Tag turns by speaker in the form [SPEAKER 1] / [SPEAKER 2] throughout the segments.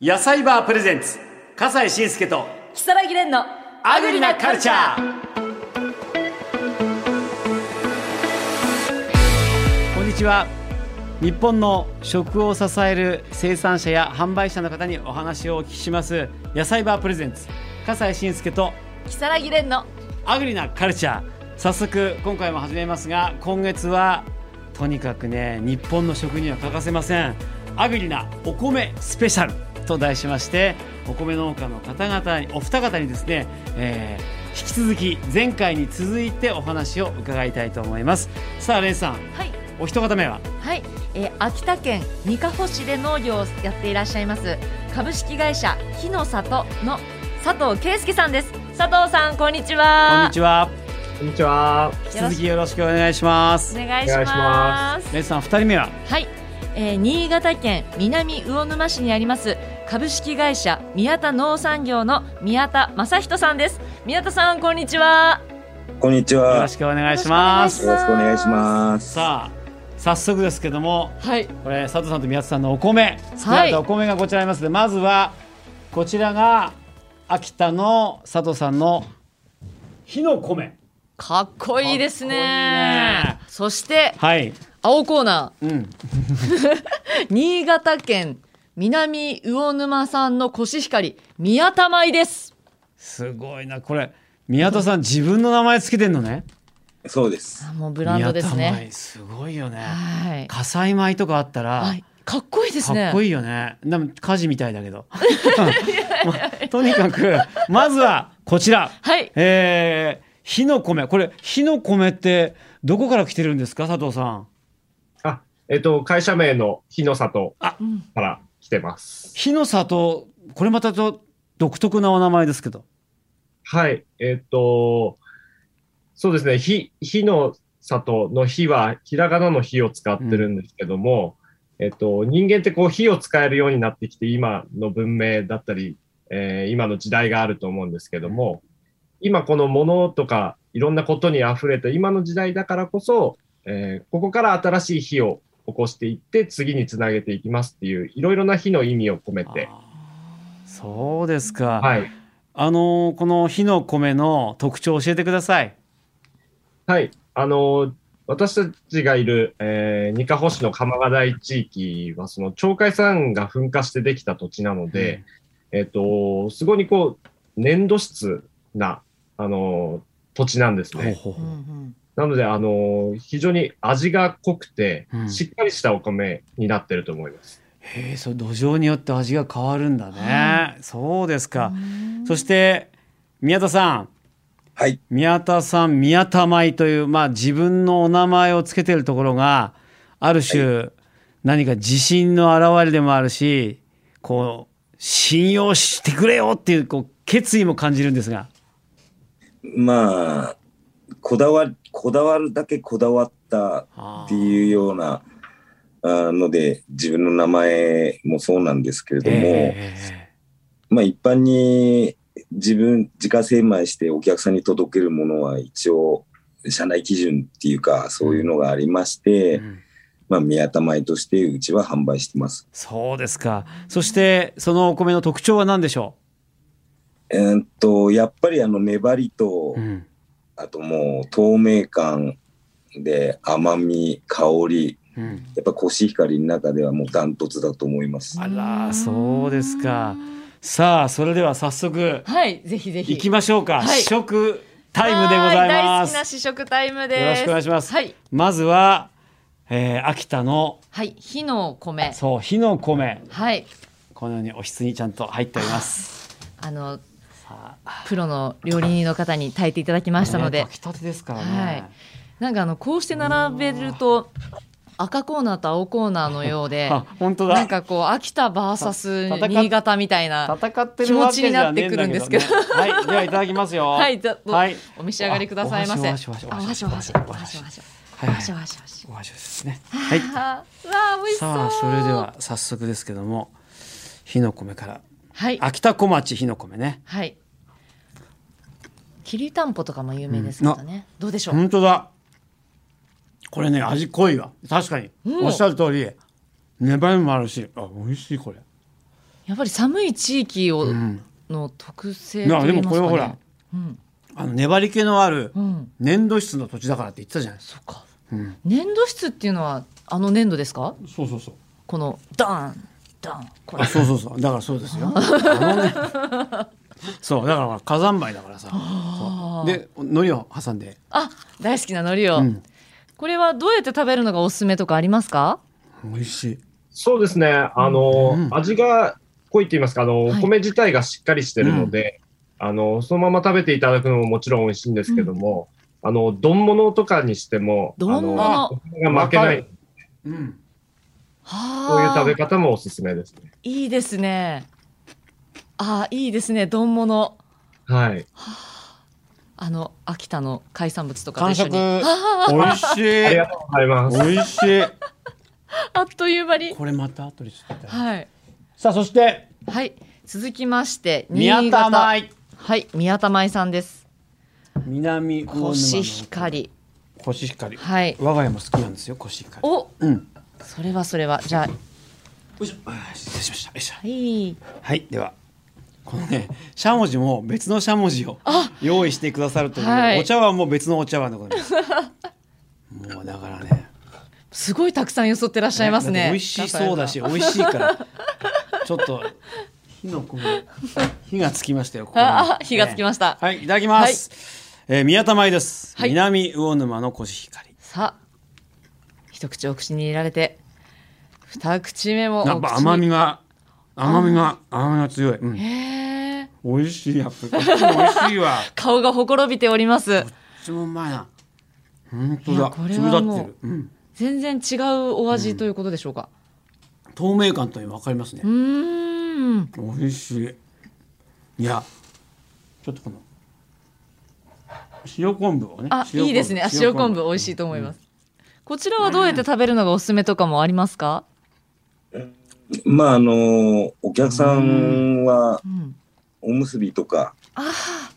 [SPEAKER 1] 野菜バープレゼンツ笠西慎介と
[SPEAKER 2] 木更木蓮の
[SPEAKER 1] アグリなカルチャーこんにちは日本の食を支える生産者や販売者の方にお話をお聞きします野菜バープレゼンツ笠西慎介と
[SPEAKER 2] 木更木蓮の
[SPEAKER 1] アグリなカルチャー早速今回も始めますが今月はとにかくね日本の食には欠かせませんアグリなお米スペシャルと題しましてお米農家の方々にお二方にですね、えー引き続き前回に続いてお話を伺いたいと思いますさあレンさん
[SPEAKER 2] はい
[SPEAKER 1] お一方目は
[SPEAKER 2] はい、えー秋田県にかほ市で農業をやっていらっしゃいます株式会社木の里の佐藤圭介さんです佐藤さんこんにち
[SPEAKER 1] こん
[SPEAKER 2] は
[SPEAKER 1] にちは
[SPEAKER 3] こんにちは。
[SPEAKER 1] 引き続きよろしくお願いします
[SPEAKER 2] お願いし
[SPEAKER 3] お願いし
[SPEAKER 2] ま
[SPEAKER 3] ます
[SPEAKER 1] レンさん二人目は
[SPEAKER 2] はい、えー新潟県南魚沼市にあります株式会社宮田農産業の宮田正人さんです宮田さんこんにちは
[SPEAKER 4] こんにち
[SPEAKER 1] よ
[SPEAKER 4] は。よ
[SPEAKER 1] ろ
[SPEAKER 4] ろ
[SPEAKER 1] しくお願いします
[SPEAKER 2] くお願いします
[SPEAKER 4] しくお願いします。
[SPEAKER 1] さあ早速ですけども
[SPEAKER 2] はい
[SPEAKER 1] これ佐藤さんと宮田さんのお米作られたお米がこちらありますので、まずはこちらが秋田の佐藤さんの火の米
[SPEAKER 2] かっこいいですね
[SPEAKER 1] かっこいいね
[SPEAKER 2] そして
[SPEAKER 1] はい
[SPEAKER 2] 青コーナ
[SPEAKER 1] うん
[SPEAKER 2] ー新潟県南魚沼産のコシヒカリ宮田米です
[SPEAKER 1] すごいなこれ宮田さん自分の名前つけてんのね
[SPEAKER 4] そうです。
[SPEAKER 2] あもうブランドです
[SPEAKER 1] 宮田
[SPEAKER 2] ね
[SPEAKER 1] 米すごいよね
[SPEAKER 2] はい、
[SPEAKER 1] 火災米とかあったら、
[SPEAKER 2] はい、かっこいいですね
[SPEAKER 1] かっこいいよね。でも火事み たいだけど。まとにかくまずはこちら。
[SPEAKER 2] はい
[SPEAKER 1] えー火の米これ火の米ってどこから来てるんですか佐藤さん。
[SPEAKER 3] あ、えっと、会社名の日の里
[SPEAKER 1] あ
[SPEAKER 2] うん
[SPEAKER 3] から来てます。
[SPEAKER 1] 火の里これまたちょっと独特なお名前ですけど。
[SPEAKER 3] はい。えっと、そうですね。日、日の里の日は、ひらがなの日を使ってるんですけども、えっと、人間ってこう、火を使えるようになってきて、今の文明だったり、えー今の時代があると思うんですけども、今このものとか、いろんなことに溢れて、今の時代だからこそ、えーここから新しい火を起こしていって、次につなげていきますっていう、いろいろな火の意味を込めて、
[SPEAKER 1] そうですか。
[SPEAKER 3] はい。
[SPEAKER 1] あのーこの火の米の特徴を教えてください。
[SPEAKER 3] はい、あの私たちがいる、えー、二カ市の鎌ヶ台地域は、その鳥海山が噴火してできた土地なので、えっ、と、すごいこう、粘土質な、あの土地なんです
[SPEAKER 1] ほう
[SPEAKER 3] ね。
[SPEAKER 1] ほう
[SPEAKER 2] う
[SPEAKER 1] ほ
[SPEAKER 2] んう
[SPEAKER 1] うん
[SPEAKER 3] なので、あの非常に味が濃くて、
[SPEAKER 1] うん
[SPEAKER 3] しっかりしたお米になってると思います。
[SPEAKER 1] へえ、そう土壌によって味が変わるんだね。
[SPEAKER 2] は
[SPEAKER 1] そうですか。
[SPEAKER 2] うん
[SPEAKER 1] そして宮田さん。
[SPEAKER 4] はい。
[SPEAKER 1] 宮田さん宮田米という、まあ、自分のお名前をつけてるところがある種、何か自信の表れでもあるしこう信用してくれよっていうこう決意も感じるんですが
[SPEAKER 4] まあ、こだわ、こだわるだけこだわった
[SPEAKER 1] あ
[SPEAKER 4] って
[SPEAKER 1] ー
[SPEAKER 4] いうようなあので、自分の名前もそうなんですけれども、
[SPEAKER 1] え
[SPEAKER 4] まあ一般に自分、自家製米してお客さんに届けるものは一応、社内基準っていうか、そういうのがありまし
[SPEAKER 1] え
[SPEAKER 4] て、
[SPEAKER 1] うん
[SPEAKER 4] まあ宮田米としてうちは販売してます。
[SPEAKER 1] そうですかそしてそのお米の特徴は何でしょ
[SPEAKER 4] えーっと、やっぱりあの粘りと、
[SPEAKER 1] う、うん
[SPEAKER 4] あともう透明感で甘み、香り、
[SPEAKER 1] うん
[SPEAKER 4] やっぱコシヒカリの中ではもうダントツだと思います。
[SPEAKER 1] あらそうですかさあそれでは早速
[SPEAKER 2] はいぜひぜひ
[SPEAKER 1] いきましょうか、
[SPEAKER 2] はい
[SPEAKER 1] 試食タイムでござい
[SPEAKER 2] はー大
[SPEAKER 1] ま
[SPEAKER 2] 好き
[SPEAKER 1] す
[SPEAKER 2] な試食タイムです
[SPEAKER 1] よろしくお願いします
[SPEAKER 2] はい
[SPEAKER 1] まずは、えー秋田の
[SPEAKER 2] はい火の米
[SPEAKER 1] そう火の米
[SPEAKER 2] はい
[SPEAKER 1] このようにおひつにちゃんと入っております。
[SPEAKER 2] あの
[SPEAKER 1] さあ
[SPEAKER 2] プロの料理人の方に炊いていただきましたので
[SPEAKER 1] ね、炊きたてですから
[SPEAKER 2] はい
[SPEAKER 1] ね。
[SPEAKER 2] なんかあのこうして並べると赤コーナーと青コーナーのようで
[SPEAKER 1] あ本当
[SPEAKER 2] な
[SPEAKER 1] だ。
[SPEAKER 2] んかこう秋田バーサス
[SPEAKER 1] 戦っ
[SPEAKER 2] 新潟みたいな
[SPEAKER 1] 戦ってるわけじゃねえんだ
[SPEAKER 2] 気持ちになってくるん
[SPEAKER 1] け
[SPEAKER 2] で
[SPEAKER 1] ど
[SPEAKER 2] す
[SPEAKER 1] ね。
[SPEAKER 2] けど
[SPEAKER 1] はいではいただきますよ。
[SPEAKER 2] はいじゃどう
[SPEAKER 1] はい
[SPEAKER 2] お召し上がりくださいませ
[SPEAKER 1] あお箸お箸お
[SPEAKER 2] あお
[SPEAKER 1] 箸
[SPEAKER 2] 箸お箸
[SPEAKER 1] お
[SPEAKER 2] お
[SPEAKER 1] 箸
[SPEAKER 2] 箸お箸
[SPEAKER 1] はいはいお
[SPEAKER 2] お箸お箸お箸
[SPEAKER 1] 箸ですね。はい。
[SPEAKER 2] あーわあ美味しそう
[SPEAKER 1] さあそれでは早速ですけども火の米から
[SPEAKER 2] はい
[SPEAKER 1] 秋田小町火の米ね。
[SPEAKER 2] はいきりたんぽとかも有名ですけどねどうでしょう
[SPEAKER 1] 本当だ。これね味濃いわ。確かに
[SPEAKER 2] うん
[SPEAKER 1] おっしゃる通り粘りもあるしあ美味しいこれ。
[SPEAKER 2] やっぱり寒い地域を、
[SPEAKER 1] うん
[SPEAKER 2] の特性
[SPEAKER 1] いや
[SPEAKER 2] と言いますか、ね、
[SPEAKER 1] でもこれはほら
[SPEAKER 2] うん、
[SPEAKER 1] あの粘り気のある
[SPEAKER 2] うん、
[SPEAKER 1] 粘土質の土地だからって言ってたじゃないです
[SPEAKER 2] そうか
[SPEAKER 1] か、うん、
[SPEAKER 2] 粘土質っていうのはあの粘土ですか
[SPEAKER 1] そうそうそう
[SPEAKER 2] このドーンドーンこれ
[SPEAKER 1] あそうそうそうだからそうですよあのねそうだからほら火山灰だからさそうで海苔を挟んで、
[SPEAKER 2] あ大好きな海苔を、
[SPEAKER 1] うん、
[SPEAKER 2] これはどうやって食べるのがおすすめとかありますか
[SPEAKER 1] 美味しい
[SPEAKER 3] そうですね、あの、
[SPEAKER 1] うん
[SPEAKER 3] 味が濃いって言いますか、あの、
[SPEAKER 2] はい
[SPEAKER 3] お米自体がしっかりしてるので、あの、そのまま食べていただくのももちろん美味しいんですけども、あの、丼物とかにしても、
[SPEAKER 2] 丼物
[SPEAKER 3] あのお米が負けない、
[SPEAKER 1] うん
[SPEAKER 3] そういう
[SPEAKER 2] は
[SPEAKER 3] 食べ方もおすすめですね。
[SPEAKER 2] いいですねあーいいですね丼物
[SPEAKER 3] はい。
[SPEAKER 2] あの秋田の海産物とかと一緒に
[SPEAKER 1] 完食
[SPEAKER 2] あ
[SPEAKER 1] 美味しい
[SPEAKER 3] ありがとうございます。
[SPEAKER 1] 美味し
[SPEAKER 2] ーあっという間
[SPEAKER 1] い
[SPEAKER 2] に
[SPEAKER 1] これまた後で知ってた、
[SPEAKER 2] はい
[SPEAKER 1] さあそして
[SPEAKER 2] はい続きまして新潟
[SPEAKER 1] 宮田米
[SPEAKER 2] はい宮田舞さんです
[SPEAKER 1] 南魚沼の
[SPEAKER 2] コシヒカリ
[SPEAKER 1] コシヒカリ
[SPEAKER 2] はい
[SPEAKER 1] 我が家も好きなんですよコシヒカリ
[SPEAKER 2] お
[SPEAKER 1] うん
[SPEAKER 2] それはそれはじゃあ
[SPEAKER 1] よいしょあー失礼しましたよいしょ
[SPEAKER 2] はい
[SPEAKER 1] はいではこのねしゃもじも別のしゃもじを用意してくださるという、
[SPEAKER 2] はい
[SPEAKER 1] お茶碗も別のお茶碗でござい ますもうだからね
[SPEAKER 2] すごいたくさんよそってらっしゃいます
[SPEAKER 1] だっ
[SPEAKER 2] ね
[SPEAKER 1] て美味しそうだし美味しい からちょっと火のこの火がつきましたよここに
[SPEAKER 2] あ火がつきました
[SPEAKER 1] はいいただきます、えー宮田舞です、
[SPEAKER 2] はい
[SPEAKER 1] 南魚沼のコシヒカリ
[SPEAKER 2] さあ一口お口に入れられて二口目もお口
[SPEAKER 1] や
[SPEAKER 2] に
[SPEAKER 1] っぱ甘みが甘みが甘みが強い、うん
[SPEAKER 2] へ、え
[SPEAKER 1] 美味しいやっぱりこっちも美味しいわこ
[SPEAKER 2] 顔がほころびております
[SPEAKER 1] っちもうまいな本当
[SPEAKER 2] いや
[SPEAKER 1] だ
[SPEAKER 2] これ
[SPEAKER 1] 粒
[SPEAKER 2] はもう
[SPEAKER 1] 立ってる、うん、
[SPEAKER 2] 全然違うお味ということでしょうか
[SPEAKER 1] 透明感というの分かりますね
[SPEAKER 2] うーん
[SPEAKER 1] 美味しいいやちょっとこの塩昆布をね
[SPEAKER 2] あ
[SPEAKER 1] 塩昆布
[SPEAKER 2] いいですねあ塩昆布美味しいと思います、こちらはどうやって食べるのがおすすめとかもありますか、
[SPEAKER 4] まああのお客さんは
[SPEAKER 2] うん、
[SPEAKER 4] おむすびとか、
[SPEAKER 2] ああ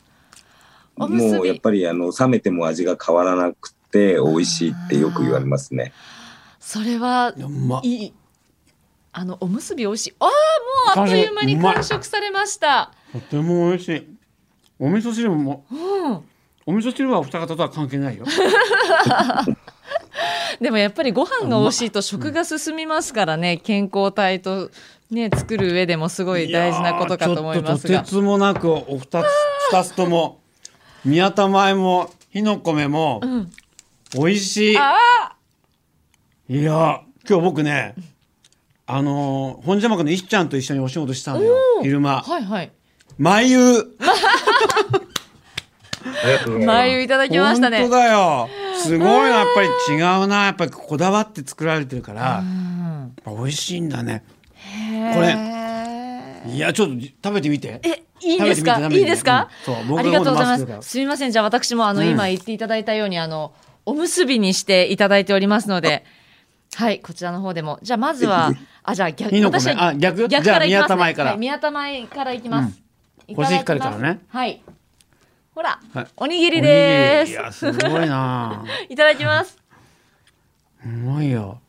[SPEAKER 2] おむす
[SPEAKER 4] もうやっ
[SPEAKER 2] び
[SPEAKER 4] ぱりあの冷めても味が変わらなくて美味しいってよく言われますね。
[SPEAKER 2] それは
[SPEAKER 1] うまっ
[SPEAKER 2] いいあのおむすび美味しいああもうあっという間に
[SPEAKER 1] うまい
[SPEAKER 2] 完食されました
[SPEAKER 1] とても美味しいお味噌汁も
[SPEAKER 2] うん
[SPEAKER 1] お味噌汁はお二方とは関係ないよ
[SPEAKER 2] でもやっぱりご飯が美味しいと食が進みますからね、健康体とね、作る上でもすごい 大事なことかと思います
[SPEAKER 1] いやーちょっとと。てつ
[SPEAKER 2] が
[SPEAKER 1] もなくお二つ二つとも宮田前も火の米も
[SPEAKER 2] うん、
[SPEAKER 1] 美味しい、
[SPEAKER 2] あ
[SPEAKER 1] いやー今日僕ねあのー本邪魔の石ちゃんと一緒にお仕事したのよ昼
[SPEAKER 2] あ、
[SPEAKER 1] 間
[SPEAKER 2] はいはい。
[SPEAKER 1] 眉
[SPEAKER 3] ありがとうございます。
[SPEAKER 2] 眉いただきましたね。
[SPEAKER 1] 本当だよ。すごいな、やっぱり違うな、やっぱりこだわって作られてるから、
[SPEAKER 2] うん
[SPEAKER 1] やっぱ美味しいんだね。これ
[SPEAKER 2] へ
[SPEAKER 1] いや、ちょっと食べてみて。
[SPEAKER 2] ーえ、いいんですか
[SPEAKER 1] 食べてみて食べてみて
[SPEAKER 2] いいですか、
[SPEAKER 1] うんそう僕が
[SPEAKER 2] ありがとうご
[SPEAKER 1] 今度
[SPEAKER 2] ざ
[SPEAKER 1] 回してくる
[SPEAKER 2] い
[SPEAKER 1] か
[SPEAKER 2] ま
[SPEAKER 1] ら
[SPEAKER 2] す。すみません。じゃあ私もあの、
[SPEAKER 1] うん
[SPEAKER 2] 今言っていただいたように、あの、おむすびにしていただいておりますので、はい、こちらの方でも。じゃあまずは、あ、じゃあ逆、
[SPEAKER 1] いいのか
[SPEAKER 2] 私
[SPEAKER 1] ね。
[SPEAKER 2] は
[SPEAKER 1] あ、逆
[SPEAKER 2] 逆
[SPEAKER 1] じゃ
[SPEAKER 2] か
[SPEAKER 1] あ、
[SPEAKER 2] らいき
[SPEAKER 1] 宮
[SPEAKER 2] ます、ね。
[SPEAKER 1] 田前から。
[SPEAKER 2] はい宮田前からいきます。いた
[SPEAKER 1] コ
[SPEAKER 2] だき
[SPEAKER 1] シ
[SPEAKER 2] ます
[SPEAKER 1] ヒカリからね。
[SPEAKER 2] はい。ほら、
[SPEAKER 1] はい
[SPEAKER 2] おにぎりで
[SPEAKER 1] おにぎりい
[SPEAKER 2] す。
[SPEAKER 1] や、すごいな。
[SPEAKER 2] いただきます。
[SPEAKER 1] うまいよ。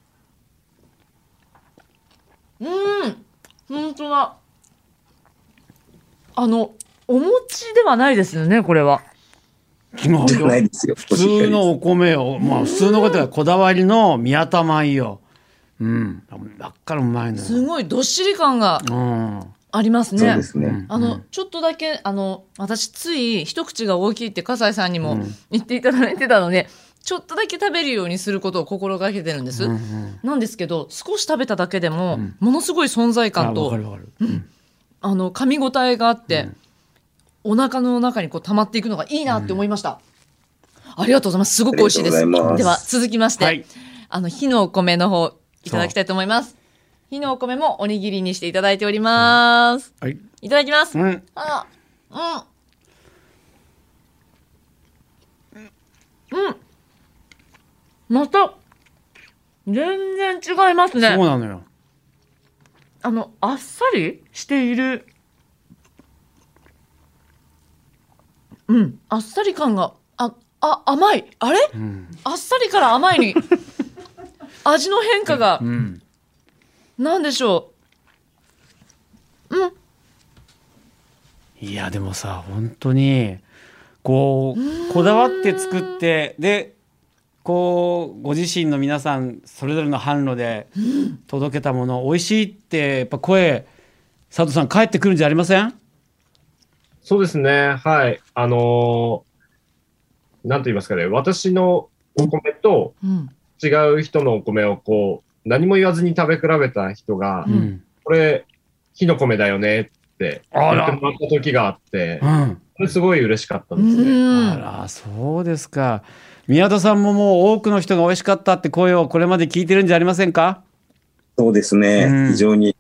[SPEAKER 2] うん。本当だ。あの、お餅ではないですよね、これは。
[SPEAKER 1] 違うよ
[SPEAKER 4] じゃないですよ。
[SPEAKER 1] 普通のお米を、まあ、普通のことがこだわりの宮田米よ。うん。だからうまいの
[SPEAKER 2] す
[SPEAKER 1] よ。
[SPEAKER 2] ごいどっしり感が
[SPEAKER 1] うん。
[SPEAKER 2] あります
[SPEAKER 4] そう
[SPEAKER 2] ね
[SPEAKER 4] で。すね。
[SPEAKER 2] あの、ちょっとだけ、あの、私つい一口が大きいって笠井さんにも言っていただいてたので、ちょっとだけ食べるようにすることを心がけてるんです。
[SPEAKER 1] うんうん
[SPEAKER 2] なんですけど、少し食べただけでも、ものすごい存在
[SPEAKER 1] あ、
[SPEAKER 2] 感
[SPEAKER 1] わ
[SPEAKER 2] と
[SPEAKER 1] か、るわかる。うん
[SPEAKER 2] あの噛み応えがあって、お腹の中にこう溜まっていくのがいいなって思いました、ありがとうございますすごく美味しいです
[SPEAKER 4] ありがとうございます
[SPEAKER 2] では続きまして、
[SPEAKER 1] はい
[SPEAKER 2] あの火のお米の方いただきたいと思います火のお米もおにぎりにしていただいております、
[SPEAKER 1] はい。
[SPEAKER 2] いただきます、
[SPEAKER 1] うん。
[SPEAKER 2] あうんうんまた全然違いますね
[SPEAKER 1] そうなのよ。
[SPEAKER 2] あの、あっさりしている。うん、あっさり感が、あ、あ、甘い。あれ
[SPEAKER 1] うん。
[SPEAKER 2] あっさりから甘 いに。味の変化が
[SPEAKER 1] う、ん。
[SPEAKER 2] なんでしょうん
[SPEAKER 1] いやでもさ本当にこうこだわって作ってでこうご自身の皆さんそれぞれの販路で届けたもの美味しいってやっぱ声佐藤さん返ってくるんじゃありません
[SPEAKER 3] そうですね。はい。あのーなんと言いますかね。私のお米と
[SPEAKER 2] うん
[SPEAKER 3] 違う人のお米をこう、何も言わずに食べ比べた人が、
[SPEAKER 2] うん
[SPEAKER 1] うん
[SPEAKER 3] これ、火の米だよねって言
[SPEAKER 1] あ
[SPEAKER 3] っ
[SPEAKER 1] ら
[SPEAKER 3] てもらった時があって
[SPEAKER 1] う、ん
[SPEAKER 3] それすごい嬉しかった
[SPEAKER 2] う
[SPEAKER 3] ですね。
[SPEAKER 2] ん
[SPEAKER 1] あらそうですか宮田さんももう多くの人が美味しかったって声をこれまで聞いてるんじゃありませんか、
[SPEAKER 4] そうですね、
[SPEAKER 1] うん
[SPEAKER 4] 非常に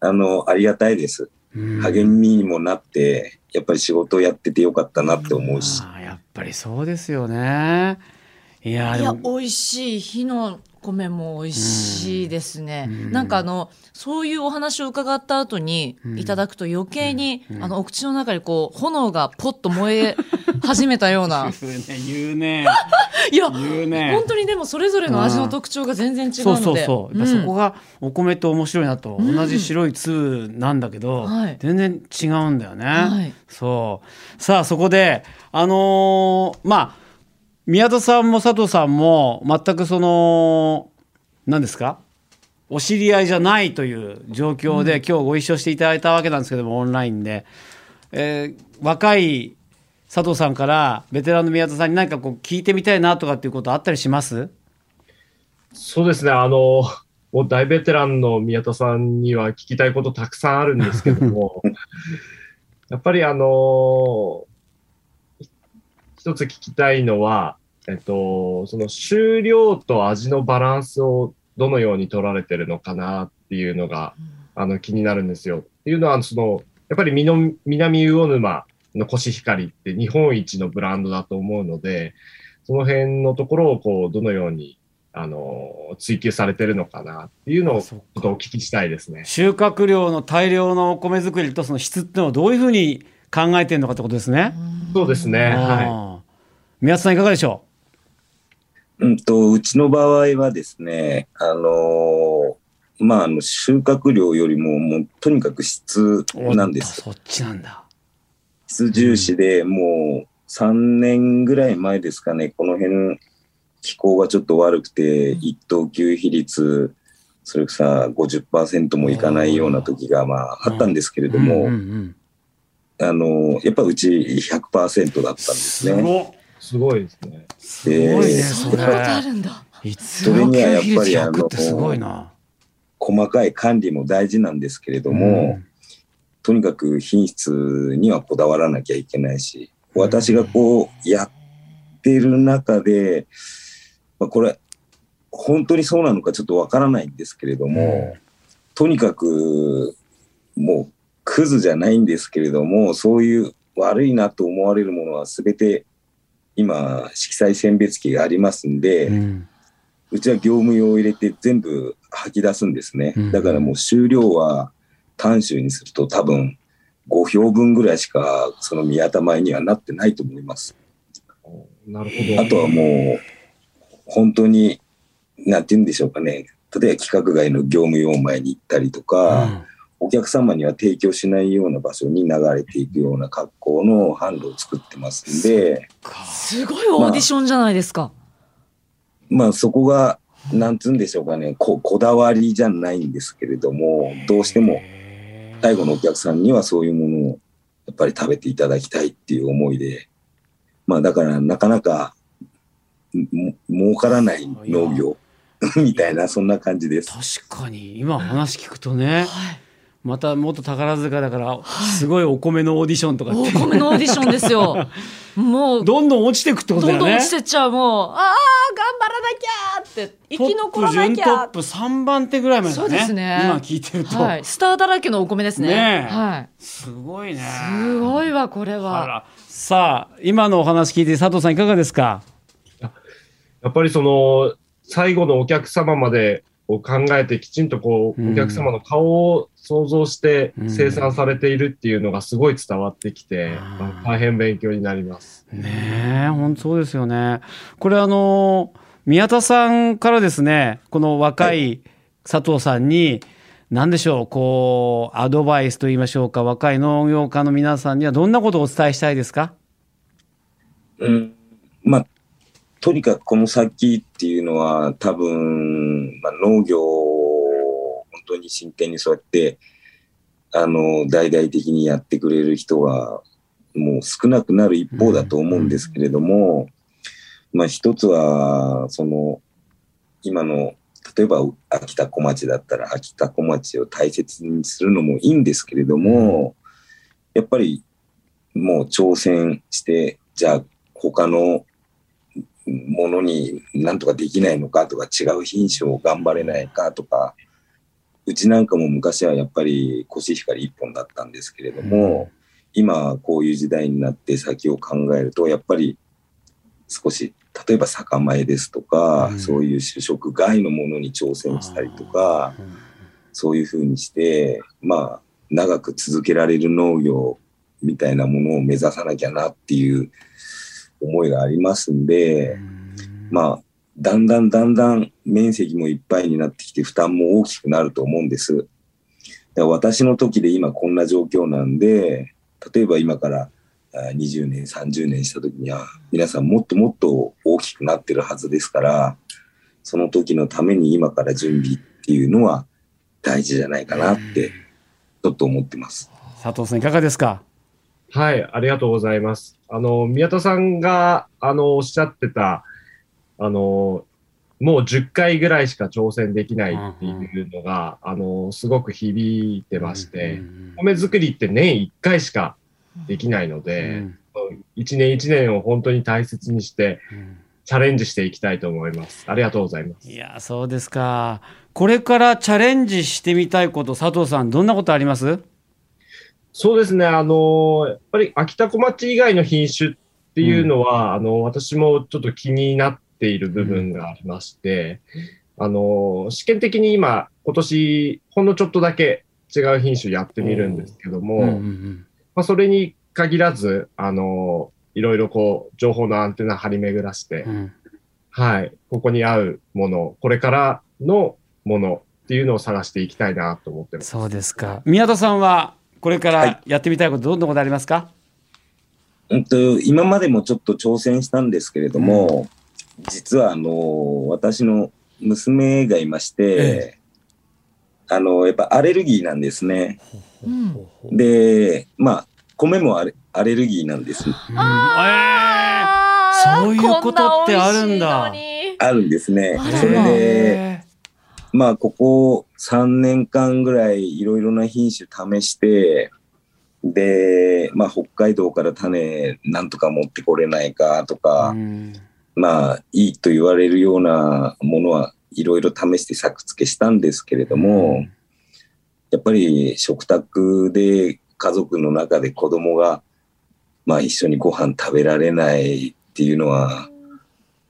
[SPEAKER 4] あのありがたいです。
[SPEAKER 1] うん
[SPEAKER 4] 励みにもなって、やっぱり仕事をやっててよかったなって思うし、
[SPEAKER 1] あーやっぱりそうですよねいや
[SPEAKER 2] い
[SPEAKER 1] で
[SPEAKER 2] や
[SPEAKER 1] も
[SPEAKER 2] 美味しい火の米も美味しいですね、
[SPEAKER 1] うん
[SPEAKER 2] なんかあのそういうお話を伺った後に
[SPEAKER 1] うん
[SPEAKER 2] いただくと余計に、
[SPEAKER 1] うん
[SPEAKER 2] あのお口の中にこう炎がポッと燃え始めたような
[SPEAKER 1] それ ね言う ね
[SPEAKER 2] いや
[SPEAKER 1] 言うね
[SPEAKER 2] 本当にでもそれぞれの味の特徴が全然違うので
[SPEAKER 1] そうそうそう、やっぱそこがお米と面白いなと、
[SPEAKER 2] うん
[SPEAKER 1] 同じ白い粒なんだけど、
[SPEAKER 2] はい
[SPEAKER 1] 全然違うんだよね、
[SPEAKER 2] はい
[SPEAKER 1] そうさあそこであのーまあ宮田さんも佐藤さんも全くその何ですかお知り合いじゃないという状況で、今日ご一緒していただいたわけなんですけどもオンラインで、えー若い佐藤さんからベテランの宮田さんに何かこう聞いてみたいなとかっていうことあったりします
[SPEAKER 3] そうですね。あのもう大ベテランの宮田さんには聞きたいことたくさんあるんですけども、やっぱりあの一つ聞きたいのは、えっと、その収量と味のバランスをどのように取られてるのかなっていうのが、あの、気になるんですよ。っていうのは、その、やっぱりみの南魚沼のコシヒカリって日本一のブランドだと思うので、その辺のところをこう、どのように、あの、追求されてるのかなっていうのを、ち
[SPEAKER 1] そ
[SPEAKER 3] ょ
[SPEAKER 1] っ
[SPEAKER 3] っ
[SPEAKER 1] か
[SPEAKER 3] とお聞きしたいですね。
[SPEAKER 1] 収穫量の大量のお米作りとその質っていうのをどういうふうに考えてるのかってことですね。
[SPEAKER 3] そうですね。は
[SPEAKER 1] はい、宮田さんいかがでしょ
[SPEAKER 4] うんと、うちの場合はですね、あのーまあ、あの収穫量よりも、もうとにかく質
[SPEAKER 1] う
[SPEAKER 4] なんです。
[SPEAKER 1] おっとそっちなんだ。
[SPEAKER 4] 質重視で、もう3年ぐらい前ですかね、この辺、気候がちょっと悪くて、一等級比率、それこそ50%もいかないような時が、まあ、あったんですけれども、
[SPEAKER 1] うんうんうん
[SPEAKER 4] あの、やっぱうち100%だったんです
[SPEAKER 1] す
[SPEAKER 4] ね。
[SPEAKER 1] ごっ
[SPEAKER 3] い。すごいですね。
[SPEAKER 1] すごいね、
[SPEAKER 4] えー
[SPEAKER 2] そ
[SPEAKER 1] そ
[SPEAKER 2] んなことあ
[SPEAKER 1] れ。
[SPEAKER 2] るんだ
[SPEAKER 1] いつ
[SPEAKER 4] それ
[SPEAKER 1] も
[SPEAKER 4] にはやっ
[SPEAKER 1] 給
[SPEAKER 4] ぱ
[SPEAKER 1] 比率
[SPEAKER 4] りあの
[SPEAKER 1] 100ってすごいな。
[SPEAKER 4] 細かい管理も大事なんですけれども、とにかく品質にはこだわらなきゃいけないし、私がこうやってる中で、まあ、これ、本当にそうなのかちょっとわからないんですけれど
[SPEAKER 1] うん
[SPEAKER 4] も、とにかく、もう、クズじゃないんですけれども、そういう悪いなと思われるものは全て、今、色彩選別機がありますんで、
[SPEAKER 1] うん
[SPEAKER 4] うちは業務用を入れて全部吐き出すんですね
[SPEAKER 1] うん。
[SPEAKER 4] だからもう収量は単種にすると多分5票分ぐらいしかその見頭にはなってないと思います。
[SPEAKER 3] なる
[SPEAKER 4] あ
[SPEAKER 3] ほど。
[SPEAKER 4] とはもう本当になんて言うんでしょうかね。例えば規格外の業務用前に行ったりとか、お客様には提供しないような場所に流れていくような格好の販路を作ってますんで、
[SPEAKER 2] すごいオーディションじゃないですか、
[SPEAKER 4] まあそこが、なんつうんでしょうかね、ここだわりじゃないんですけれども、どうしても
[SPEAKER 1] へー
[SPEAKER 4] 最後のお客さんにはそういうものをやっぱり食べていただきたいっていう思いで、まあだからなかなかも儲からない農業 みたいなそんな感じです。
[SPEAKER 1] 確かに今話聞くとね、
[SPEAKER 2] はい
[SPEAKER 1] また元宝塚だからすごいお米のオーディションとかって
[SPEAKER 2] お米のオーディションで すよもう
[SPEAKER 1] どんどん落ちてくってことだ
[SPEAKER 2] どん
[SPEAKER 1] よね。
[SPEAKER 2] どん落ちてっちゃうもうああ頑張らなきゃーって生き残らなき
[SPEAKER 1] トップ
[SPEAKER 2] ゃ
[SPEAKER 1] 準トップ三番手ぐらいまでだね。
[SPEAKER 2] そうですね
[SPEAKER 1] 今聞いてると、
[SPEAKER 2] はいスターだらけのお米ですね
[SPEAKER 1] ねえ
[SPEAKER 2] はい
[SPEAKER 1] すごいね。
[SPEAKER 2] すごいわこれ
[SPEAKER 1] あ
[SPEAKER 2] は
[SPEAKER 1] らさあ今のお話聞いて佐藤さんいかがですか。
[SPEAKER 3] やっぱりその、最後のお客様までを考えて、きちんとこ
[SPEAKER 1] うん
[SPEAKER 3] う、お客様の顔を想像して
[SPEAKER 1] うん
[SPEAKER 3] 生産されているっていうのがすごい伝わってきて、
[SPEAKER 1] あー
[SPEAKER 3] 大変勉強になります。
[SPEAKER 1] ねえ本当そうですよね。これあの宮田さんからですねこの若い佐藤さんに、なんでしょう、こう、アドバイスと言いましょうか、若い農業家の皆さんにはどんなことをお伝えしたいですか
[SPEAKER 4] うん、まあ、とにかくこの先っていうのは多分、まあ、農業を本当に真剣にそうやって、あの、大々的にやってくれる人はもう少なくなる一方だと思うんですけれども、まあ一つは、その、今の、例えば秋田小町だったら秋田小町を大切にするのもいいんですけれども、やっぱりもう挑戦して、じゃあ他のものになんとかできないのかとか違う品種を頑張れないかとかうちなんかも昔はやっぱりコシヒカリ一本だったんですけれども、今こういう時代になって先を考えるとやっぱり少し例えば酒米ですとか、
[SPEAKER 1] うん
[SPEAKER 4] そういう主食外のものに挑戦したりとか
[SPEAKER 1] うん
[SPEAKER 4] そういうふうにしてまあ長く続けられる農業みたいなものを目指さなきゃなっていう思いがありますんで、まあ、だんだんだんだん面積もいっぱいになってきて負担も大きくなると思うんです。だから私の時で今こんな状況なんで、例えば今からあ20年、30年した時には皆さんもっともっと大きくなってるはずですから、その時のために今から準備っていうのは大事じゃないかなって、ちょっと思ってます。
[SPEAKER 1] 佐藤さん、いかがですか
[SPEAKER 3] はい、ありがとうございます。あの、宮田さんが、あの、おっしゃってた、あの、もう10回ぐらいしか挑戦できないっていうのが、あの、すごく響いてまして、
[SPEAKER 1] うん
[SPEAKER 3] 米作りって年1回しかできないので、1年1年を本当に大切にして、
[SPEAKER 1] うん
[SPEAKER 3] チャレンジしていきたいと思います。ありがとうございます。
[SPEAKER 1] いや、そうですか。これからチャレンジしてみたいこと、佐藤さん、どんなことあります
[SPEAKER 3] そうですね、あのやっぱり秋田小町以外の品種っていうのは、あの私もちょっと気になっている部分がありまして、あの試験的に今、今年ほんのちょっとだけ違う品種やってみるんですけども、
[SPEAKER 1] うんうんうん
[SPEAKER 3] まあ、それに限らず、あのいろいろこう情報のアンテナ張り巡らして、
[SPEAKER 1] うん
[SPEAKER 3] はい、ここに合うもの、これからのものっていうのを探していきたいなと思ってます。
[SPEAKER 1] そうですか。宮田さんは、これからやってみたいこと、どんなことありますか
[SPEAKER 4] うんと、今までもちょっと挑戦したんですけれども、実はあの、私の娘がいまして、あの、やっぱアレルギーなんですね。
[SPEAKER 2] うん
[SPEAKER 4] で、まあ、米もアレアレルギーなんです。
[SPEAKER 1] うんえ
[SPEAKER 2] あー
[SPEAKER 1] そういうことってあるんだ
[SPEAKER 2] こな美味しいのに
[SPEAKER 4] あるんですね
[SPEAKER 2] あ。
[SPEAKER 1] ー
[SPEAKER 2] ら
[SPEAKER 4] それで、
[SPEAKER 1] え
[SPEAKER 4] まあ、ここ3年間ぐらいいろいろな品種試して、で、まあ、北海道から種なんとか持ってこれないかと
[SPEAKER 1] ー
[SPEAKER 4] か
[SPEAKER 1] う、ん
[SPEAKER 4] まあ、いいと言われるようなものはいろいろ試して作付けしたんですけれども、やっぱり食卓で家族の中で子供が、まあ、一緒にご飯食べられないっていうのは、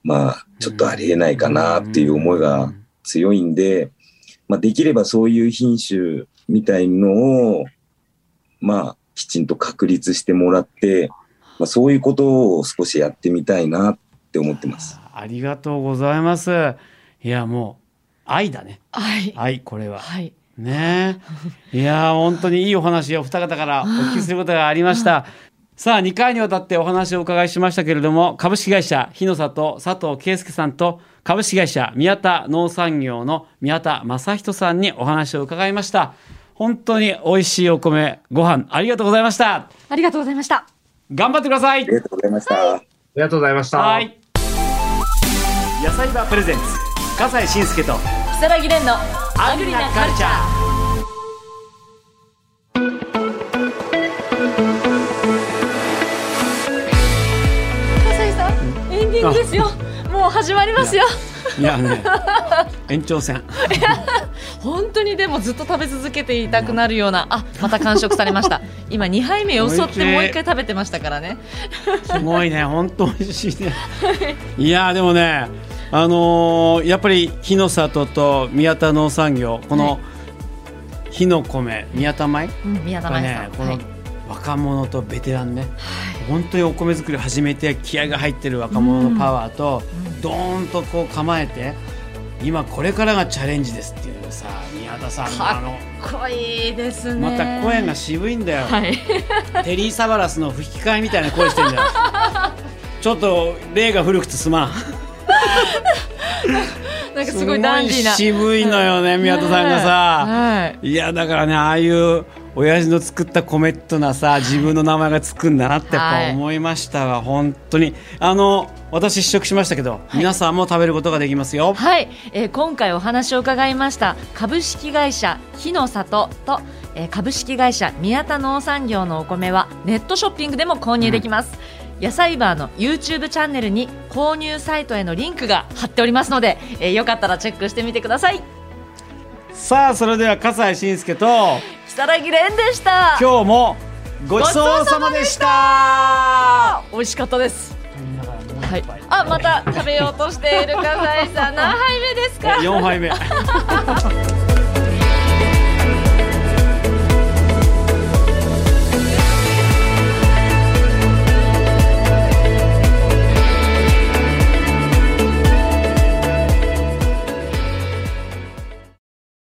[SPEAKER 4] まあ、ちょっとありえないかなっていう思いが強いんで、まあ、できればそういう品種みたいのを、まあ、きちんと確立してもらって、まあ、そういうことを少しやってみたいなって思ってます。
[SPEAKER 1] ありがとうございます。いや、もう、愛だね。
[SPEAKER 2] はい
[SPEAKER 1] 愛、これは。
[SPEAKER 2] はい
[SPEAKER 1] ねえ。いやー、本当にいいお話をお二方からお聞きすることがありました。さあ、2回にわたってお話をお伺いしましたけれども、株式会社日の里佐藤圭介さんと、株式会社宮田農産業の宮田正人さんにお話を伺いました。本当に美味しいお米、ご飯、ありがとうございました。
[SPEAKER 2] ありがとうございました
[SPEAKER 1] 頑張ってください
[SPEAKER 4] あり。がとうございました。
[SPEAKER 3] ありがとうございました。
[SPEAKER 1] はい。野菜場プレゼンツ、笠西慎介と、
[SPEAKER 2] 如月蓮のアグリなカルチャー笠井さんエンディングですよもう始まりますよ
[SPEAKER 1] いやね、 延長戦。
[SPEAKER 2] 本当にでもずっと食べ続けていたくなるようなあまた完食されました今2杯目よそってもう一回食べてましたからね
[SPEAKER 1] すごいね、本当美味しいね。いやーでもね、あのーやっぱり日の里と宮田農産業、この、
[SPEAKER 2] は
[SPEAKER 1] 日の米、宮田米。
[SPEAKER 2] うん宮田
[SPEAKER 1] やっぱねこ
[SPEAKER 2] 真由、さん、は
[SPEAKER 1] の
[SPEAKER 2] い
[SPEAKER 1] 若者とベテランね、本当にお米作り始めて気合が入ってる若者のパワーと、
[SPEAKER 2] うん
[SPEAKER 1] どーんとこう構えて今これからがチャレンジですっていうさ宮田さんの
[SPEAKER 2] かっ
[SPEAKER 1] あの
[SPEAKER 2] 濃いですね
[SPEAKER 1] また声が渋いんだよ、
[SPEAKER 2] はい
[SPEAKER 1] テリー・サバラスの吹き替えみたいな声してんじゃん ちょっと例が古くてすまん
[SPEAKER 2] なんかすごいダンディーな
[SPEAKER 1] すごい渋いのよね、宮田さんがさ、
[SPEAKER 2] はい
[SPEAKER 1] い、やだからねああいう親父の作ったコメットなさ自分の名前がつくんだなってやっぱ思いましたわ、本当にあの私試食しましたけど、皆さんも食べることができますよ
[SPEAKER 2] はい、えー今回お話を伺いました株式会社日の里と、えー株式会社宮田農産業のお米はネットショッピングでも購入できます、野菜バーの YouTube チャンネルに購入サイトへのリンクが貼っておりますので、えーよかったらチェックしてみてください
[SPEAKER 1] さあそれでは笠西慎介と
[SPEAKER 2] 如月蓮でした
[SPEAKER 1] 今日もごちそうさまでした
[SPEAKER 2] 美味しかったですはい、あ、また食べようとしている笠井さん、何杯目ですか
[SPEAKER 1] 4杯目